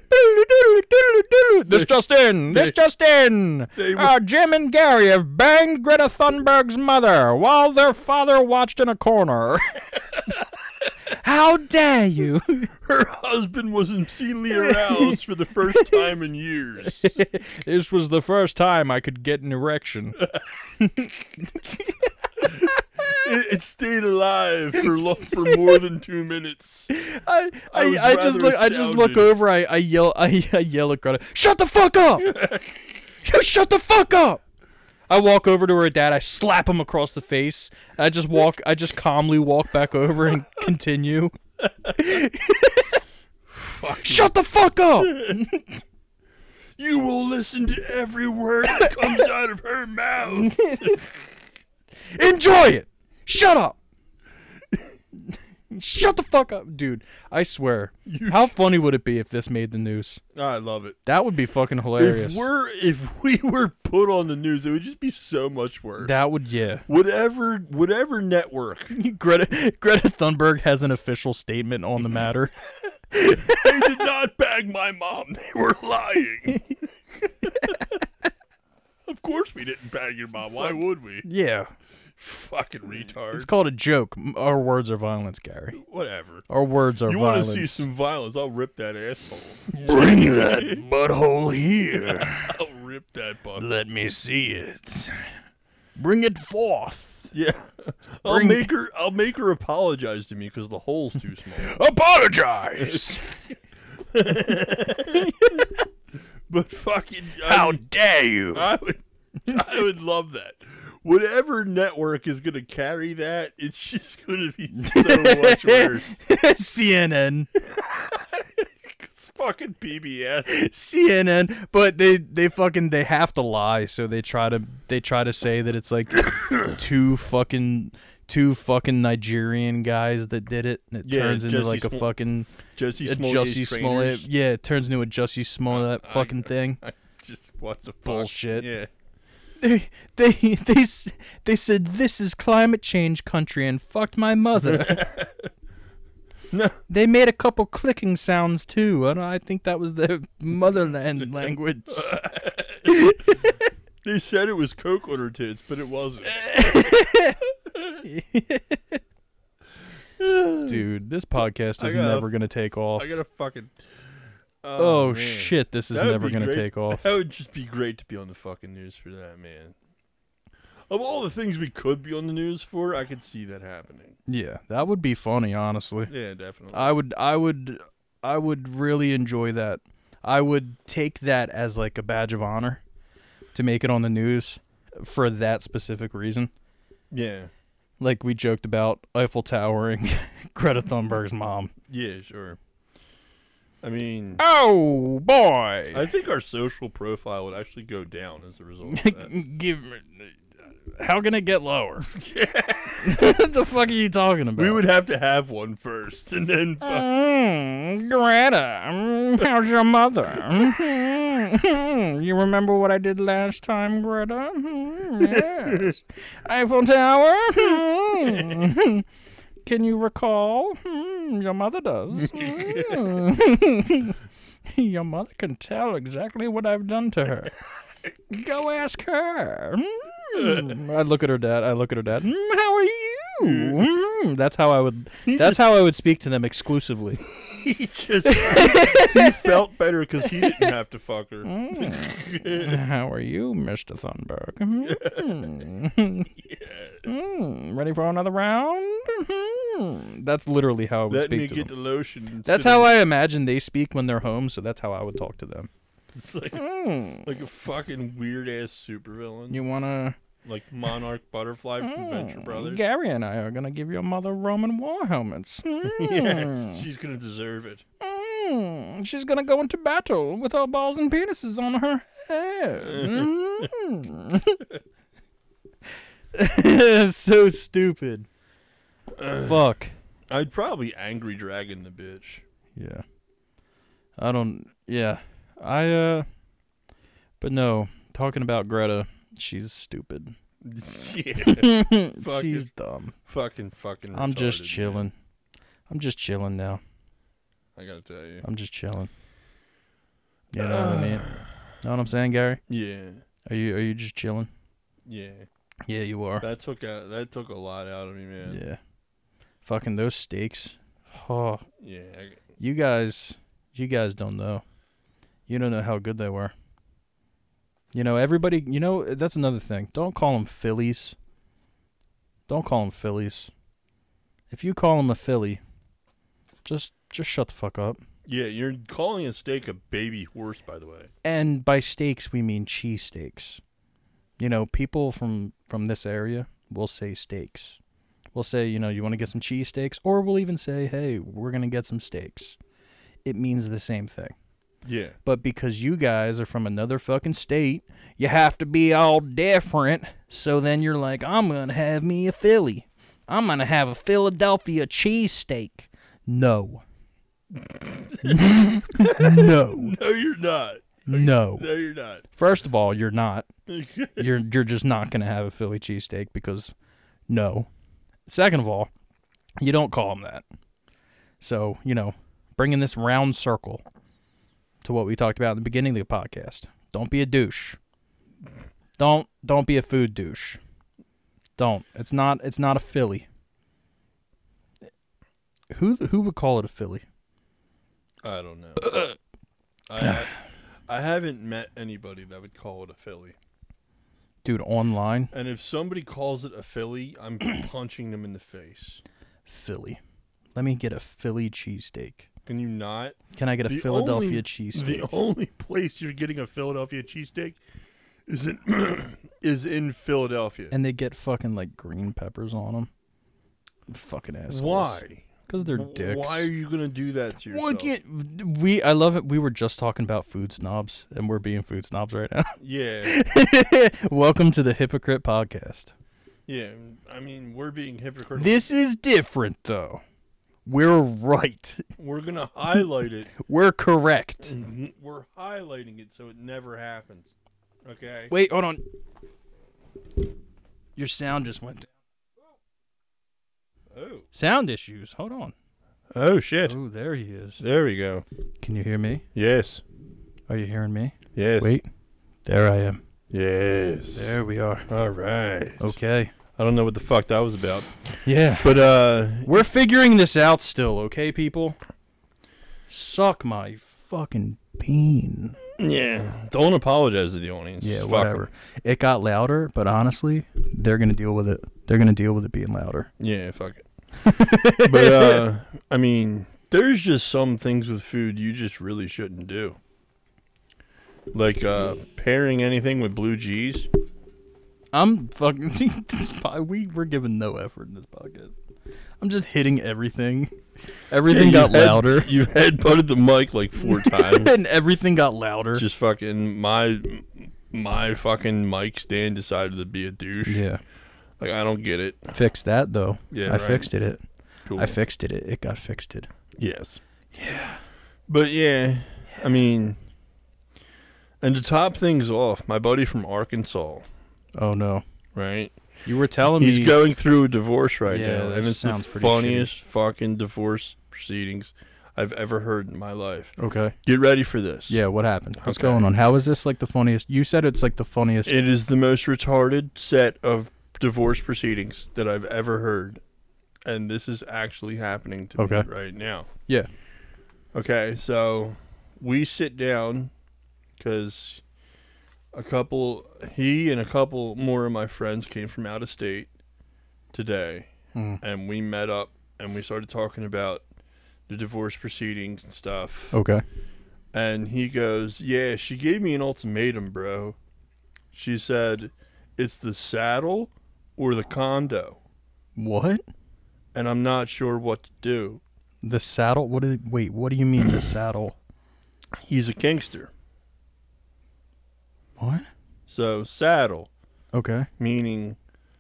This just in. This
They-
just in.
they
Uh, Jim and Gary have banged Greta Thunberg's mother while their father watched in a corner. How dare you?
Her husband was obscenely aroused for the first time in years.
this was the first time I could get an erection.
It, it stayed alive for lo- for more than two minutes.
I,
I was
I, I just
rather
look I just look
astounded.
over I, I yell I, I yell at Greta Shut the fuck up You shut the fuck up I walk over to her dad I slap him across the face I just walk I just calmly walk back over and continue Shut the fuck up
You will listen to every word that comes out of her mouth.
Enjoy it Shut up Shut the fuck up dude I swear How funny would it be if this made the news
I love it.
That would be fucking hilarious
If we're if we were put on the news, it would just be so much worse.
That would yeah
whatever whatever network
Greta Greta Thunberg has an official statement on the matter.
they did not bag my mom they were lying of course we didn't bag your mom why would we
Yeah,
fucking retard
it's called a joke. M- Our words are violence, Gary.
whatever
Our words are
you want
violence.
to see some violence i'll rip that asshole
Bring that butthole here.
i'll rip that butt
Let me see it. Bring it forth.
yeah i'll
Bring-
make her i'll make her apologize to me because the hole's too small
Apologize.
but fucking I
How
mean,
dare you?
I would, I would love that. Whatever network is going to carry that, it's just going to be so much worse.
CNN,
It's fucking PBS.
CNN, but they they fucking they have to lie, so they try to they try to say that it's like two fucking two fucking Nigerian guys that did it, and it
Yeah,
turns into
Jesse
like a
Smollett-
fucking
Jesse
a
Smollett.
Jussie Smollett. Yeah, it turns into a Jussie Smollett fucking thing.
Just what the fuck?
Bullshit.
Yeah.
They they they s- they said this is climate change country and fucked my mother.
No.
they made a couple clicking sounds too, and I think that was their motherland language.
They said it was coke on her tits, but it wasn't.
Dude, this podcast
I
is
gotta-
never gonna take off.
I got to fucking.
oh
man.
shit, this is
That would
never
be
gonna
great-
take off.
That would just be great to be on the fucking news for that, man. Of all the things we could be on the news for, I could see that happening.
Yeah, that would be funny, honestly.
Yeah, definitely.
I would I would I would really enjoy that. I would take that as like a badge of honor to make it on the news for that specific reason.
yeah.
Like we joked about Eiffel Towering Greta Thunberg's mom.
Yeah, sure. I mean,
Oh boy.
I think our social profile would actually go down as a result of that.
Give me- how can it get lower? what the fuck are you talking about?
we would have to have one first, and then fuck,
Mm, Greta, mm, how's your mother? Mhm. you remember what I did last time, Greta? Mhm, yes. Eiffel Tower? Mhm. Can you recall? Mhm, your mother does. Mhm. your mother can tell exactly what I've done to her. Go ask her. Mm. I look at her dad. I look at her dad. Mm, how are you? Mm. That's how I would. That's how I would speak to them exclusively.
he just he felt better because he didn't have to fuck her.
how are you, Mister Thunberg? Hmm. Mm. Mm. Ready for another round? Mhm. That's literally how I would
Let
speak
me
to
get
them.
the lotion. and
That's
sit
how
in-
I imagine they speak when they're home. So that's how I would talk to them.
It's like
Mm.
like a fucking weird ass supervillain,
You wanna?
like Monarch Butterfly
Hmm.
from Venture Brothers.
Gary and I are gonna give your mother Roman war helmets. Mm.
Yeah, she's gonna deserve it.
Mm, she's gonna go into battle with her balls and penises on her head. Mm. so stupid. Fuck.
I'd probably angry dragon the bitch.
Yeah. I don't. Yeah. I, uh. But no, talking about Greta, she's stupid.
yeah, Fucking-
she's dumb.
fucking fucking.
I'm just
retarded, man.
chilling. I'm just chilling now.
I gotta tell you.
I'm just chilling. You know what I mean? Know what I'm saying, Gary?
Yeah,
Are you are you just chilling?
yeah.
Yeah, you are.
That took a that took a lot out of me, man.
Yeah. Fucking those steaks. Oh,
Yeah, I,
you guys, you guys don't know. You don't know how good they were. You know, everybody, you know, that's another thing. Don't call them Phillies. Don't call them Phillies. If you call them a Philly, just just shut the fuck up.
yeah. You're calling a steak a baby horse, by the way.
and by steaks we mean cheese steaks. You know, people from from this area will say steaks. We'll say, you know, you want to get some cheese steaks, or we'll even say, hey, we're gonna get some steaks. It means the same thing.
Yeah,
But because you guys are from another fucking state, you have to be all different. So then you're like, I'm gonna have me a Philly. I'm gonna have a Philadelphia cheesesteak. No. no.
no, you're not.
No.
No, you're not.
First of all, you're not. You're you're just not gonna have a Philly cheesesteak because no. Second of all, you don't call them that. So you know, bringing this round circle to what we talked about in the beginning of the podcast. Don't be a douche. Don't don't be a food douche. Don't. It's not it's not a Philly. Who who would call it a Philly?
I don't know. I I haven't met anybody that would call it a Philly.
Dude, online
And if somebody calls it a Philly, I'm punching them in the face.
Philly. Let me get a Philly cheesesteak.
Can you not?
Can I get a
The
Philadelphia
only-
cheesesteak?
The only place you're getting a Philadelphia cheesesteak is in is in Philadelphia.
and they get fucking like green peppers on them. Fucking assholes.
Why?
Because they're
W-
dicks.
Why are you gonna do that to yourself?
Well, again, we I love it. We were just talking about food snobs, and we're being food snobs right now.
Yeah,
Welcome to the hypocrite podcast.
yeah. I mean, we're being hypocritical.
This is different, though. We're right.
we're gonna highlight it.
We're correct.
We're highlighting it so it never happens. Okay.
Wait, hold on. Your sound just went down.
Oh.
Sound issues. Hold on.
Oh shit.
Oh, there he is.
There we go.
Can you hear me?
Yes.
Are you hearing me?
Yes.
Wait. There I am.
Yes.
There Oh, we are.
All right.
Okay.
I don't know what the fuck that was about,
Yeah.
but uh,
We're figuring this out still, okay, people? Suck my fucking bean.
yeah. Don't apologize to the audience.
Yeah,
Fuck 'em.
whatever. It got louder, but honestly, they're gonna deal with it. They're gonna deal with it being louder.
Yeah, fuck it. but uh, I mean, there's just some things with food you just really shouldn't do. Like uh, pairing anything with blue cheese.
I'm fucking. this po- we we're giving no effort in this podcast. I'm just hitting everything. Everything got
You've had-
louder,
You've headbutted the mic like four times.
and everything got louder.
just fucking my my fucking mic stand decided to be a douche.
yeah,
Like I don't get it.
fix that though.
Yeah,
I
right.
fixed it. It.
Cool.
I fixed it. It. It got fixed. It.
Yes. Yeah. But yeah, I mean, and to top things off, my buddy from Arkansas,
Oh no!
right?
You were telling
He's
me.
going through a divorce right
Yeah,
now,
that
and it's the
sounds pretty shitty.
funniest fucking divorce proceedings I've ever heard in my life.
okay.
Get ready for this.
Yeah, what happened? What's
Okay.
going on? How is this like the funniest? You said it's like the funniest.
It is the most retarded set of divorce proceedings that I've ever heard, and this is actually happening to
Okay.
me right now.
yeah.
Okay, so we sit down because a couple, he and a couple more of my friends came from out of state today,
Mm.
and we met up and we started talking about the divorce proceedings and stuff.
Okay.
And he goes, Yeah, she gave me an ultimatum, bro. She said, It's the saddle or the condo,
What?
and I'm not sure what to do.
The saddle? What? Is, wait. What do you mean the saddle?
He's a kingster.
What?
So, saddle.
Okay.
meaning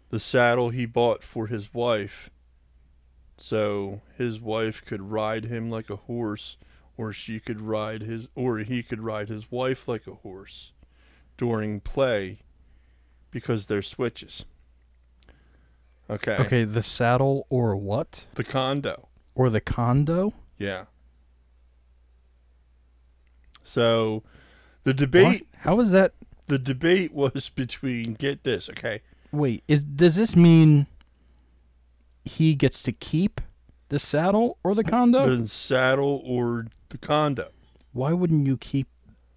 the saddle he bought for his wife so his wife could ride him like a horse or she could ride his or he could ride his wife like a horse during play because they're switches okay
Okay. The saddle or what?
the condo
Or the condo?
yeah so The debate
What? How is that?
the debate was between get this, okay?
Wait, is, does this mean he gets to keep the saddle or the condo?
The saddle or the condo.
Why wouldn't you keep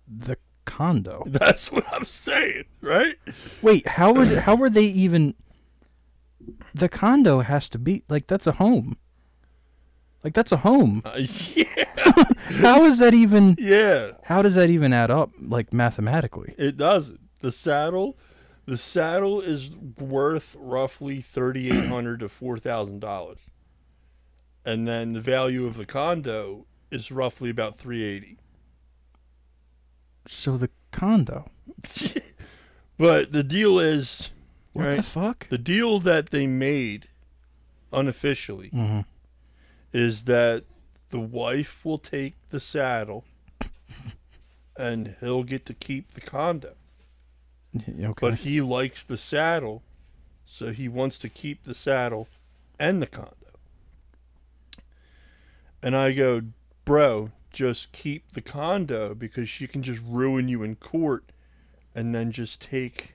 the condo?
That's what I'm saying, right?
Wait, how was how were they even? The condo has to be like that's a home. Like that's a home.
Uh, yeah.
How is that even?
Yeah.
How does that even add up? Like mathematically?
It doesn't. The saddle, the saddle is worth roughly thirty eight hundred to four thousand dollars, and then the value of the condo is roughly about three eighty.
So the condo.
But the deal is,
What the
right,
fuck?
the deal that they made, unofficially, is that the wife will take the saddle, and he'll get to keep the condo.
Yeah, Okay.
but he likes the saddle, so he wants to keep the saddle and the condo. And I go, bro, just keep the condo because she can just ruin you in court and then just take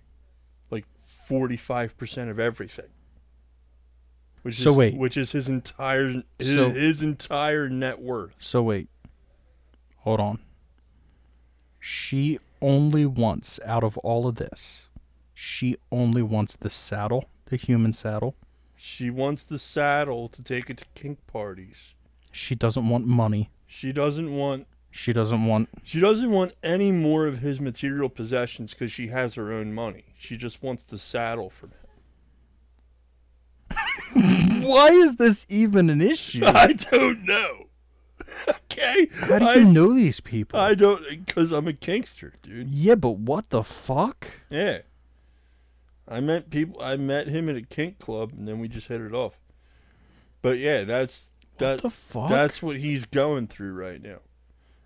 like 45% of everything. Which
So
is,
wait.
which is his entire his,
So-
his entire net worth.
so wait. Hold on. She only wants out of all of this. She only wants the saddle, the human saddle.
She wants the saddle to take it to kink parties.
She doesn't want money.
She doesn't want
She doesn't want
She doesn't want any more of his material possessions because she has her own money. She just wants the saddle from him.
Why is this even an issue?
I don't know. okay,
How do you
I,
know these people?
I don't because I'm a kinkster, dude.
yeah, but what the fuck?
Yeah, I met people. I met him at a kink club, and then we just hit it off. But yeah, that's that.
the fuck?
That's what he's going through right now.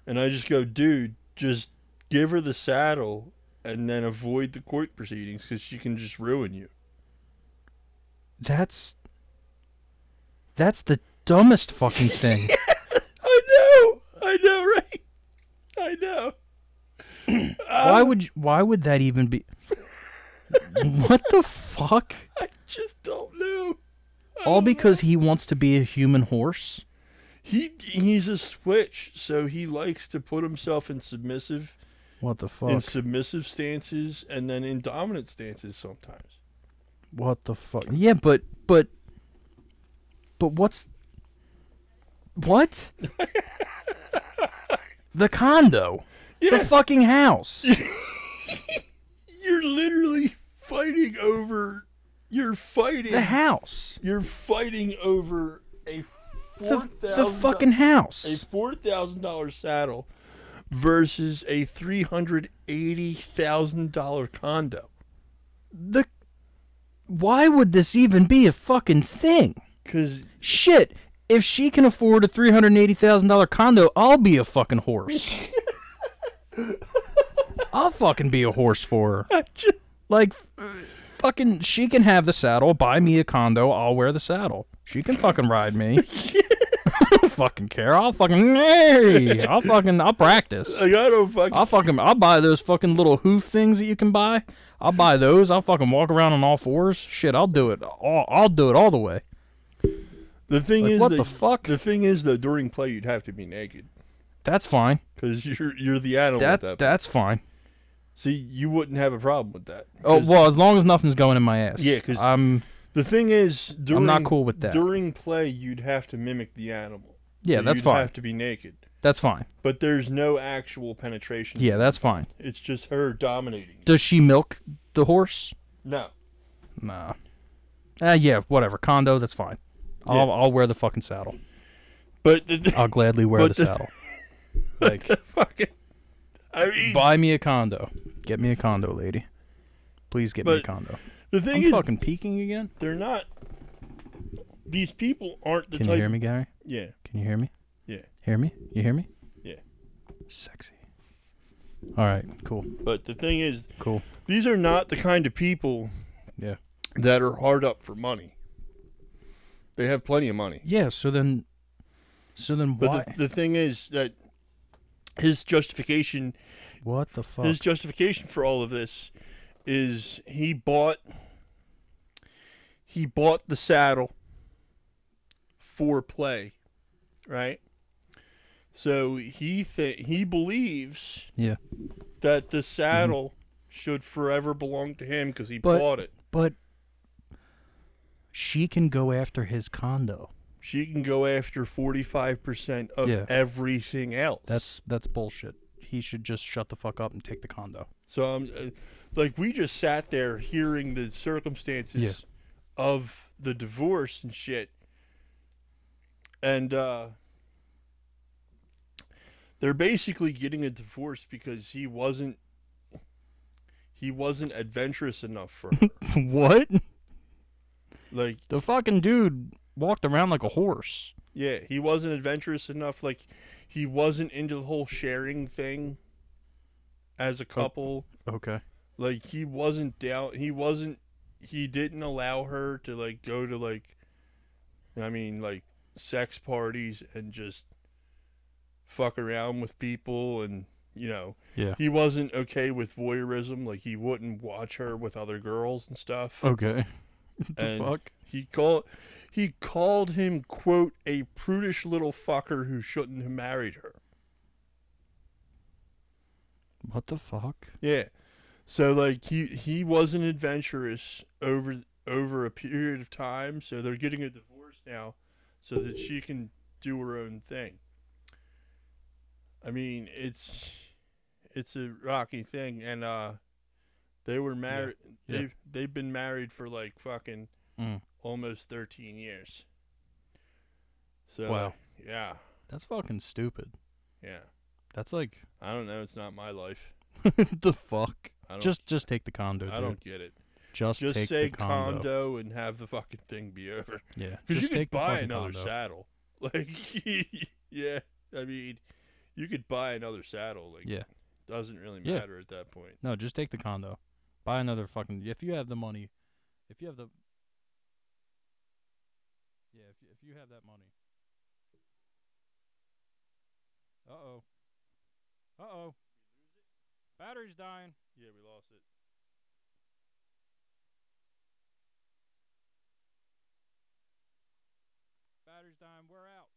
And I just go, dude, just give her the saddle, and then avoid the court proceedings because she can just ruin you.
That's that's the dumbest fucking thing.
I know. I know, right? I know.
why would you, why would that even be? what the fuck?
I just don't know.
All because he wants to be a human horse.
He he's a switch, so he likes to put himself in submissive
What the
in
fuck?
submissive stances and then in dominant stances sometimes.
What the fuck? Yeah, but but but what's what? the condo. The fucking house.
You're literally fighting over you're fighting
The house.
you're fighting over a
The,
four
the
thousand
fucking
a
house.
four thousand dollar saddle versus a three hundred eighty thousand dollar condo.
The why would this even be a fucking thing?
Cause
Shit. If she can afford a three hundred eighty thousand dollar condo, I'll be a fucking horse. I'll fucking be a horse for her. Like, fucking, she can have the saddle. Buy me a condo. I'll wear the saddle. She can fucking ride me. I don't fucking care. I'll fucking, hey, I'll fucking, I'll practice.
like I don't fucking
I'll fucking I'll buy those fucking little hoof things that you can buy. I'll buy those. I'll fucking walk around on all fours. Shit, I'll do it. All, I'll do it all the way.
The thing
Like,
is,
what
that-
the fuck?
The thing is, though, during play you'd have to be naked
That's fine.
because you're you're the animal. at
That,
that point.
that's fine.
See, you wouldn't have a problem with that.
Oh
'Cause
well, as long as nothing's going in my ass.
Yeah, 'cause-
I'm
The thing is, during,
I'm not cool with that.
During play, you'd have to mimic the animal.
Yeah,
So
that's
you'd
fine.
Have to be naked,
that's fine.
but there's no actual penetration.
Yeah, that's fine.
It's just her dominating.
Does she milk the horse?
No,
Nah. Ah, yeah, whatever. Condo, that's fine. I'll
Yeah.
I'll wear the fucking saddle.
but the,
I'll gladly wear
But
the
the-
saddle. Like,
fucking. I mean,
buy me a condo. Get me a condo, lady. Please get me a
But
condo.
the thing
I'm
is,
fucking peeking again.
they're not. These people aren't the
Can
type.
you hear me, Gary?
Yeah,
Can you hear me?
yeah,
Hear me? You hear me?
yeah.
Sexy. All right, cool,
But the thing is,
cool.
these are not the kind of people
Yeah.
that are hard up for money. They have plenty of money.
Yeah. So then, so then
But
why?
The, the thing is that his justification
What the fuck?
his justification for all of this is he bought he bought the saddle for play, right? So he th- he believes
yeah.
that
Mm-hmm.
the saddle should forever belong to him because he
But-
bought it.
But she can go after his condo.
She can go after forty five percent of
Yeah.
everything else.
That's that's bullshit. He should just shut the fuck up and take the condo.
So I'm uh, like we just sat there hearing the circumstances
Yeah.
of the divorce and shit. And uh they're basically getting a divorce because he wasn't he wasn't adventurous enough for her.
what?
like
The fucking dude walked around like a horse.
yeah, he wasn't adventurous enough like he wasn't into the whole sharing thing as
Oh.
a couple.
Okay.
like he wasn't down he wasn't he didn't allow her to like go to like i mean like sex parties and just fuck around with people and you know
Yeah.
he wasn't okay with voyeurism like he wouldn't watch her with other girls and stuff
Okay.
and
fuck?
he called he called him quote a prudish little fucker who shouldn't have married her
What the fuck?
Yeah. So like he he wasn't adventurous over over a period of time, so they're getting a divorce now so that she can do her own thing. I mean, it's it's a rocky thing and uh they were married
yeah.
they've they've been married for like fucking
Mm.
almost 13 years. So
Wow.
yeah.
That's fucking stupid.
Yeah.
That's like
I don't know, it's not my life.
the fuck.
I don't
Just just take the condo, dude.
I don't get it.
just,
just
take
say
the condo.
condo. and have the fucking thing be over.
Yeah.
Because you
just
could
take the
buy
fucking
another
condo.
saddle. Like, yeah, I mean, you could buy another saddle. Like,
Yeah.
doesn't really
Yeah.
matter at that point.
No, just take the condo. Buy another fucking. If you have the money, if you have the. Yeah, if you, if you have that money. Uh oh. Uh oh. Battery's dying.
Yeah, we lost it.
Battery's dying. We're out.